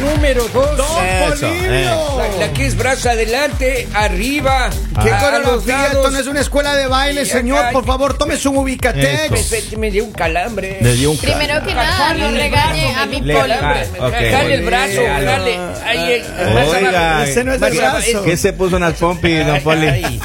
número 2. Eso, Polibio! La, la que es brazo adelante, arriba. Qué a- a los coreografía, esto lados. Ah, no es una escuela de baile, Y acá señor. hay- Por favor, tome su Me, ubicatex. me- me dio un calambre. Le dio un Primero calor. que nada, no regañe a mi Le- poli. Ah, ok, Jale el bueno. brazo, Léalo. jale. Ahí, eh, más Oiga, abajo. Ese no es Más el abajo, brazo. ¿Qué se puso en las pompis, don Ay, Poli? ay,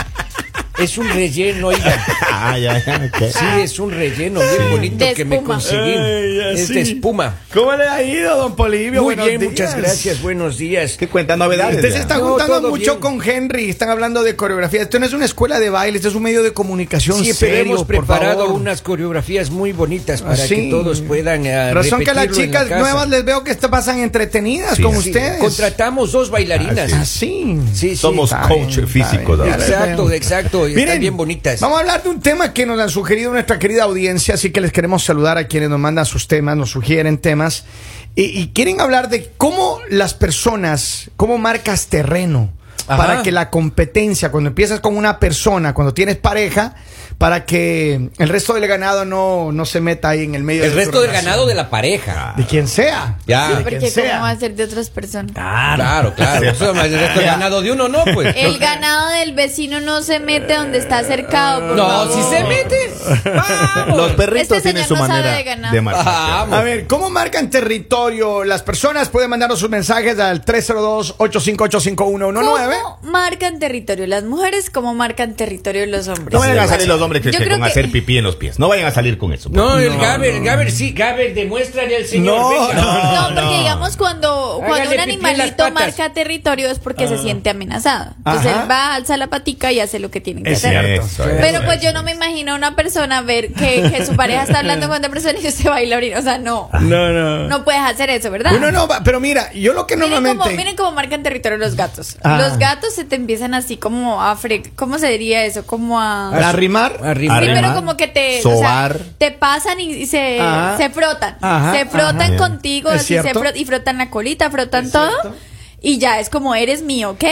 Es un relleno, oiga. Ay, ay, ay, ¿qué? Ah, Sí, es un relleno bien bonito De que me espuma. conseguí. Ey, es así. de espuma. ¿Cómo le ha ido, don Polivio? Muy Buenos bien, días. muchas gracias. Buenos días. ¿Qué cuenta novedades? Usted ya? se está No, juntando todo mucho bien. con Henry. Están hablando de coreografía. Esto no es una escuela de baile, esto es un medio de comunicación Siempre serio, hemos por preparado favor. unas coreografías muy bonitas para Así. que todos puedan eh, Razón que a las repetirlo en la chicas casa. nuevas les veo que est- pasan entretenidas Sí, con así. ustedes. Contratamos dos bailarinas. Así. Sí, sí. Somos está coach bien, físico. está bien. doctor. Exacto, exacto. y Miren, están bien bonitas. Vamos a hablar de un tema que nos han sugerido nuestra querida audiencia, así que les queremos saludar a quienes nos mandan sus temas, nos sugieren temas y, y quieren hablar de cómo las personas, cómo marcas terreno Ajá. para que la competencia, cuando empiezas con una persona, cuando tienes pareja, para que el resto del ganado no, no se meta ahí en el medio. El de tu resto del relación. ganado de la pareja. De quien sea. Sí, Ya. quien porque sea. cómo va a ser de otras personas. Claro, claro. Eso, El resto del ganado de uno no, pues. El ganado del vecino no se mete donde está cercado. por No, favor. si se mete. Vamos. Los perritos Este tienen señor su no sabe manera de ganar. de marcar. Vamos. A ver, ¿cómo marcan territorio las personas? Pueden mandarnos sus mensajes al 302-858-5119. ¿Cómo marcan territorio las mujeres? ¿Cómo marcan territorio los hombres? No vayan a salir los hombres que, Yo que creo con que- hacer pipí en los pies. No vayan a salir con eso. No, el Gaber, el Gaber, sí, Gaber, demuéstrale al señor. No, venga. no. No, porque digamos cuando, cuando Hágale un pipí en las animalito patas. marca territorio es porque Ah. se siente amenazado. Entonces Ajá. él va, alza la patica y hace lo que tiene que Es hacer. cierto. Pero pues yo no me imagino a una persona ver que, que su pareja está hablando con otra persona y usted va a ir a abrir. O sea, no. Ah. No, no. No puedes hacer eso, ¿verdad? Uno no va- pero mira, yo lo que Ah. Miren normalmente. cómo, miren cómo marcan territorio los gatos. Ah. Los gatos se te empiezan así como a fre ¿Cómo se diría eso? Como a... Al arrimar. Arriba. Sí, Arrimar, pero como que te, sobar. o sea, te pasan y, y se, Ajá. se frotan. Ah. Ajá, se frotan ajá. contigo Es así se cierto. frot- y frotan la colita, frotan todo. Y ya es como eres mío, ¿ok?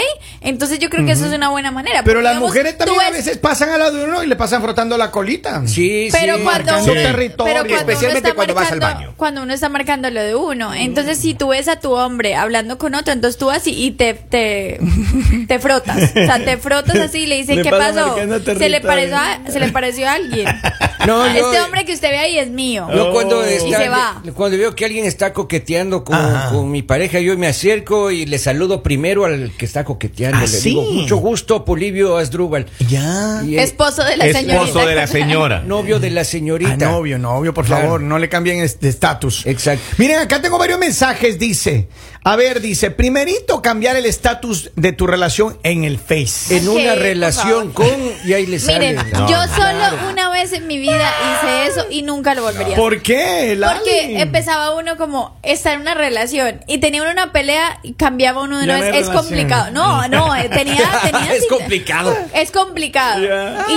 Entonces yo creo que eso es una buena manera. Pero porque, las digamos, mujeres tú también a es- veces pasan al lado de uno y le pasan frotando la colita. Sí, Pero sí. cuando, marcando uno- territorio. pero cuando uno Especialmente está cuando vas al marcando- baño. Cuando uno está marcando lo de uno. Entonces, si tú ves a tu hombre hablando con otro, entonces tú así y te, te, te frotas. O sea, te frotas así y le dicen, Le ¿qué pasan pasó? marcando Se le, territorio. pareció a, se le pareció a alguien. No, este yo- hombre que usted ve ahí es mío. Yo cuando, Oh. Y está- se va. cuando veo que alguien está coqueteando con, con mi pareja, yo me acerco y le saludo primero al que está coqueteando. Ah, le sí. digo, mucho gusto, Polivio Asdrúbal. Ah. Ya. Y el Esposo de la señorita. Esposo de la señora. novio de la Ah, señorita. novio, novio, por Claro. favor, no le cambien es- de estatus. Exacto. Miren, acá tengo varios mensajes, dice. A ver, dice, primerito cambiar el estatus de tu relación en el Face. En una Ok, por relación con... Y ahí le sale. Miren, la- yo solo una vez en mi vida hice eso y nunca lo volvería a hacer. ¿Por qué? Lali? Porque empezaba uno como estar en una relación y tenía uno una pelea y cambiaba uno de una Ya vez. no hay Es relación. complicado. No, no, eh, tenía, tenía Es cita. complicado. Es complicado. Y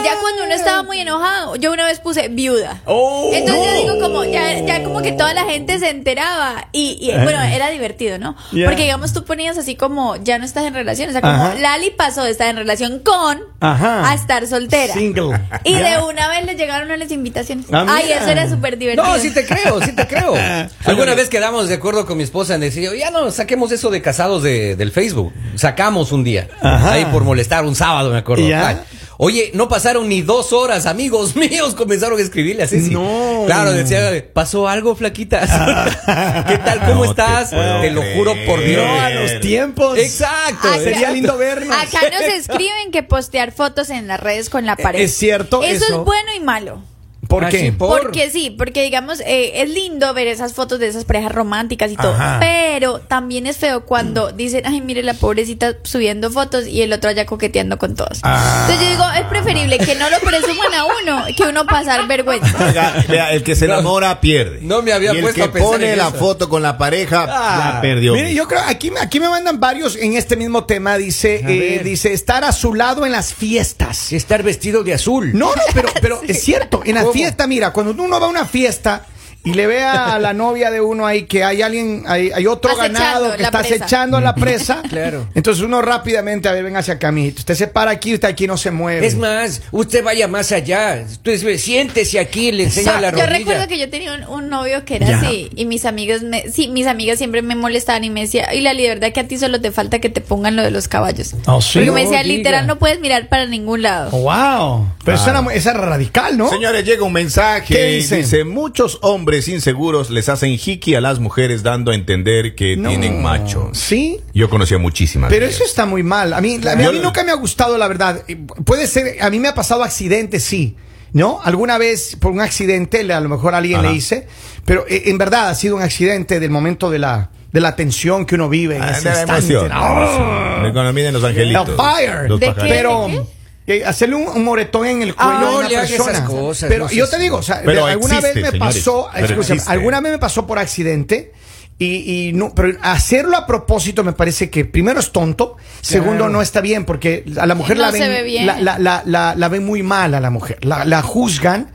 ya cuando uno estaba muy enojado, yo una vez puse viuda. Oh. Entonces yo digo como, ya, ya como que toda la gente se enteraba. Y, y, bueno, era divertido, ¿no? Ya. Porque digamos tú ponías así como, ya no estás en relación. O sea, como Ajá. Lali pasó de estar en relación con Ajá. a estar soltera. Single. Y de una vez le llegaron a las invitaciones. Ah, mira. Ay, eso era súper divertido. No, sí te creo, sí te creo. Ah, Alguna vez quedamos de acuerdo con mi esposa en decir, ya no, saquemos eso de casados de- del Facebook. Sacamos un día. Ajá. Ahí por molestar, un sábado, me acuerdo. ¿Ya? Tal. Oye, no pasaron ni dos horas, amigos míos comenzaron a escribirle así. No. Claro, decía, ¿pasó algo, flaquita? Ah. ¿Qué tal? No ¿Cómo te estás? Te, puedo lo creer. juro por Dios. No, a los tiempos. Exacto. Acá- Sería exacto. lindo vernos. Acá nos escriben que postear fotos en las redes con la pareja. Eh, es cierto Eso, eso. es bueno y malo. ¿Por Ah, qué? sí, por- Porque sí, porque digamos, eh, es lindo ver esas fotos de esas parejas románticas y todo. Ajá. Pero también es feo cuando dicen, ay, mire la pobrecita subiendo fotos y el otro allá coqueteando con todos. Ah. Entonces yo digo, es preferible que no lo presuman a uno que uno pasar vergüenza. Oiga, vea, el que se No. enamora pierde. No me había y el puesto que a pensar pone en la eso. foto con la pareja Ah. la perdió. Mire, yo creo, aquí, me- aquí me mandan varios en este mismo tema. Dice, A eh, ver. dice, estar a su lado en las fiestas. Estar vestido de azul. No, no, pero, pero es cierto. En la ¿Cómo? fiesta, mira, cuando uno va a una fiesta y le vea a la novia de uno ahí que hay alguien, hay, hay otro Acechando ganado que la está presa. acechando a la presa. Claro. Entonces uno rápidamente, a ver, ven hacia acá, mijito. Usted se para aquí, usted aquí no se mueve. Es más, usted vaya más allá. Usted siéntese aquí, le enseña la yo rodilla. recuerdo que yo tenía un, un novio que era Ya. así y mis amigos me, sí, mis amigas siempre me molestaban y me decía, y la verdad que a ti solo te falta que te pongan lo de los caballos. Ah, sí. Porque me No diga. decía, Oh, literal, no puedes mirar para ningún lado. wow. Pero esa, era, esa era radical, ¿no? Señores, llega un mensaje. ¿Qué dice? dicen? muchos hombres inseguros les hacen jiki a las mujeres dando a entender que No. tienen macho. Sí. Yo conocía muchísimas. Pero de eso está muy mal. A mí, la- a mí Yo- nunca me ha gustado, la verdad. Eh, Puede ser, a mí me ha pasado accidentes, sí. ¿No? Alguna vez por un accidente, le- a lo mejor a alguien Ajá. le hice, pero eh, en verdad ha sido un accidente del momento de la, de la tensión que uno vive en Ah, ese de la instante. emoción. ¡Ah! La economía de los angelitos. El fire. Los ¿De pajaritos. qué? Pero eh, hacerle un, un moretón en el cuello Ah, a no una le haga esas persona. cosas, pero no yo seas- te digo, o sea, Pero de- alguna existe, vez me señores, pasó, pero escúchame, existe. alguna vez me pasó por accidente. Y, y no, pero hacerlo a propósito me parece que primero es tonto, segundo no está bien porque a la mujer No la se ven, ve bien. La, la- la- la- la ven muy mal a la mujer, la, la juzgan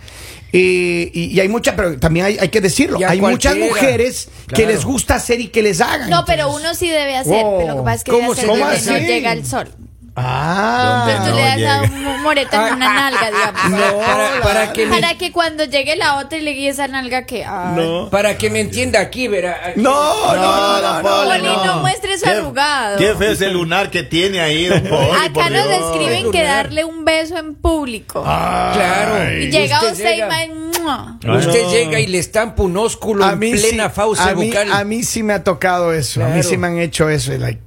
eh, y, y hay muchas, pero también hay, hay que decirlo, Y a hay muchas cualquiera. mujeres que Claro. les gusta hacer y que les hagan. No, pero entonces. uno sí debe hacer, Wow. pero lo que pasa es que ¿Cómo debe se- hacer cómo donde no así? llega el sol. Ah, ¿Dónde no Entonces tú le llega. das a un moreta en una nalga, digamos. No, para, para que me, Ah, Para que cuando llegue la otra y le guíe esa nalga Ah. que. ay, para que me entienda aquí, verá. No, no, no, no, Poli, no, muestre su Qué- arrugado. Qué feo ese lunar que tiene ahí. don Poli, Acá por nos Dios. escriben que darle un beso en público. Claro. y llega usted y llega- va en- ¡mua! Ay, Usted no. llega y le estampa un ósculo en plena fauce a mí, bucal. a mí sí me ha tocado eso. A mí Claro. sí me han hecho eso. y Like,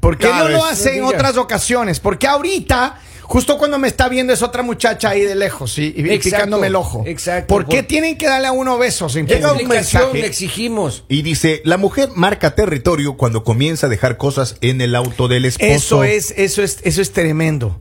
¿Por qué Claro, no lo es- hace en no digas. otras ocasiones? Porque ahorita, justo cuando me está viendo es otra muchacha ahí de lejos y, y Exacto, picándome el ojo. exacto, ¿Por qué por- tienen que darle a uno besos? en ¿Qué público? explicación mensaje. le exigimos? Y dice, la mujer marca territorio cuando comienza a dejar cosas en el auto del Eso esposo. es, eso es, eso es tremendo.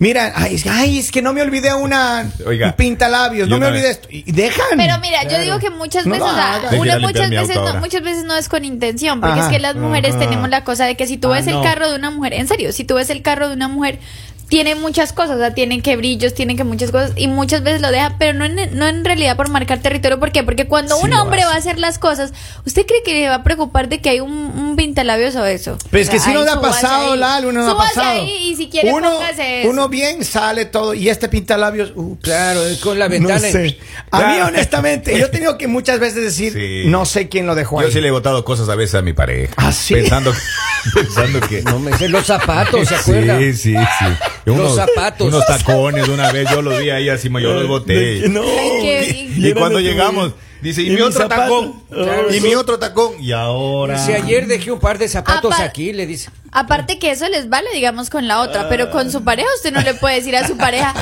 Mira, ay, es- ay, es que no me olvidé una Oiga, un pintalabios, yo no me una olvidé vez- esto. Y y dejan. Pero mira, yo digo que muchas No veces, lo o sea, hagas. Deje ir a uno limpiar muchas mi auto veces, no, ahora. muchas veces no es con intención, porque Ajá. es que las mujeres Ajá. tenemos la cosa de que si tú Ah, ves no. el carro de una mujer, en serio, si tú ves el carro de una mujer, tiene muchas cosas, o sea, tiene que brillos, tiene que muchas cosas, y muchas veces lo deja, pero no en, no en realidad por marcar territorio, ¿por qué? Porque cuando Sí un lo hombre va a hace. hacer las cosas, ¿usted cree que le va a preocupar de que hay un, un pintalabios o eso? Pero es Pues que O sea, si no ay, le ha súbase pasado, ahí. Lalo, uno no ha Súbase pasado. ahí y si quiere uno, póngase eso. uno bien sale todo y este pinta labios. ups, Claro, con la ventana. No sé. A mí, Claro. honestamente, yo he tenido que muchas veces decir, Sí. no sé quién lo dejó Yo ahí. sí le he botado cosas a veces a mi pareja. ¿Ah, sí? Pensando, pensando que... No me sé, los zapatos, ¿se acuerda? Sí, sí, sí. Los zapatos. Unos tacones, una vez yo los vi ahí así, yo los boté. No. Ay, qué- Y, cuando llegamos, dice, y, mi mis otro zapatos? tacón. Claro, y sí. mi otro tacón. Y ahora. Si ayer dejé un par de zapatos Apa- aquí, le dice. Aparte que eso les vale, digamos, con la otra, pero con su pareja usted no le puede decir a su pareja,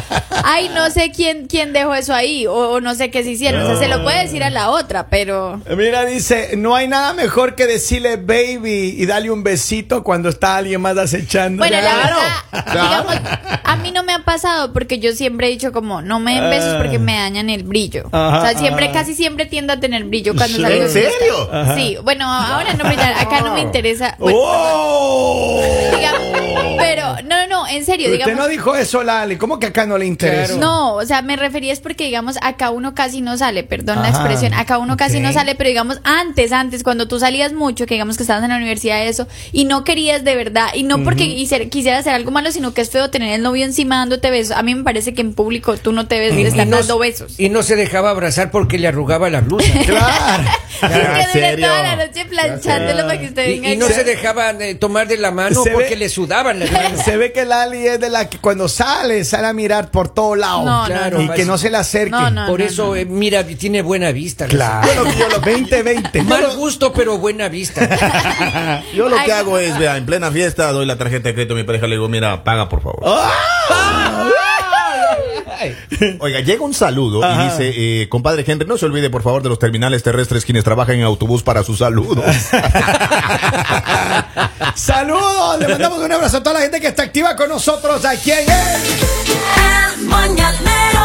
ay, no sé quién, quién dejó eso ahí, o, o no sé qué se hicieron, o sea, se lo puede decir a la otra, pero... Mira, dice, no hay nada mejor que decirle baby y darle un besito cuando está alguien más acechando. Bueno, la Claro. verdad, Claro. digamos, a mí no me ha pasado porque yo siempre he dicho como, no me den besos porque me dañan el brillo. Ajá, o sea, siempre, ajá. casi siempre tiendo a tener brillo cuando Sí. salgo. ¿En de una serio? fiesta. Sí, bueno, ahora no, pero ya, acá no me interesa. Bueno, ¡Oh! digamos, pero, no, no, no, en serio, Usted digamos... no dijo eso, Lali. ¿Cómo que acá no le interesa? No, o sea, me refería es porque, digamos, acá uno casi no sale, perdón la Ajá, expresión, acá uno casi ok. no sale, pero digamos, antes, antes, cuando tú salías mucho, que digamos que estabas en la universidad, eso, y no querías de verdad, y no porque quisier- quisieras hacer algo malo, sino que es feo tener el novio encima dándote besos. A mí me parece que en público tú no te debes de estar dando besos. y no se dejaba abrazar porque le arrugaba la blusa. Claro. Es ¿en que duré serio? toda la noche planchándolo para que usted Y, venga y no se dejaba eh, tomar de la mano Se ve- porque le sudaban las manos. Se ve que Lali es de la que cuando sale, sale a mirar por todos lados. No, no, Claro, y no. que no se le acerque. No, no. Por eso, eh, mira, tiene buena vista. le Claro. Yo lo que- yo lo- 2020. dice. Mal gusto, pero buena vista. Yo lo Ay, que hago no. es, vea, en plena fiesta doy la tarjeta de crédito a mi pareja, le digo, mira, paga por favor. Ay. Oiga, llega un saludo Ajá. y dice, eh, compadre Henry, no se olvide por favor de los terminales terrestres quienes trabajan en autobús para sus saludos. Saludos, le mandamos un abrazo a toda la gente que está activa con nosotros aquí en el... El mañanero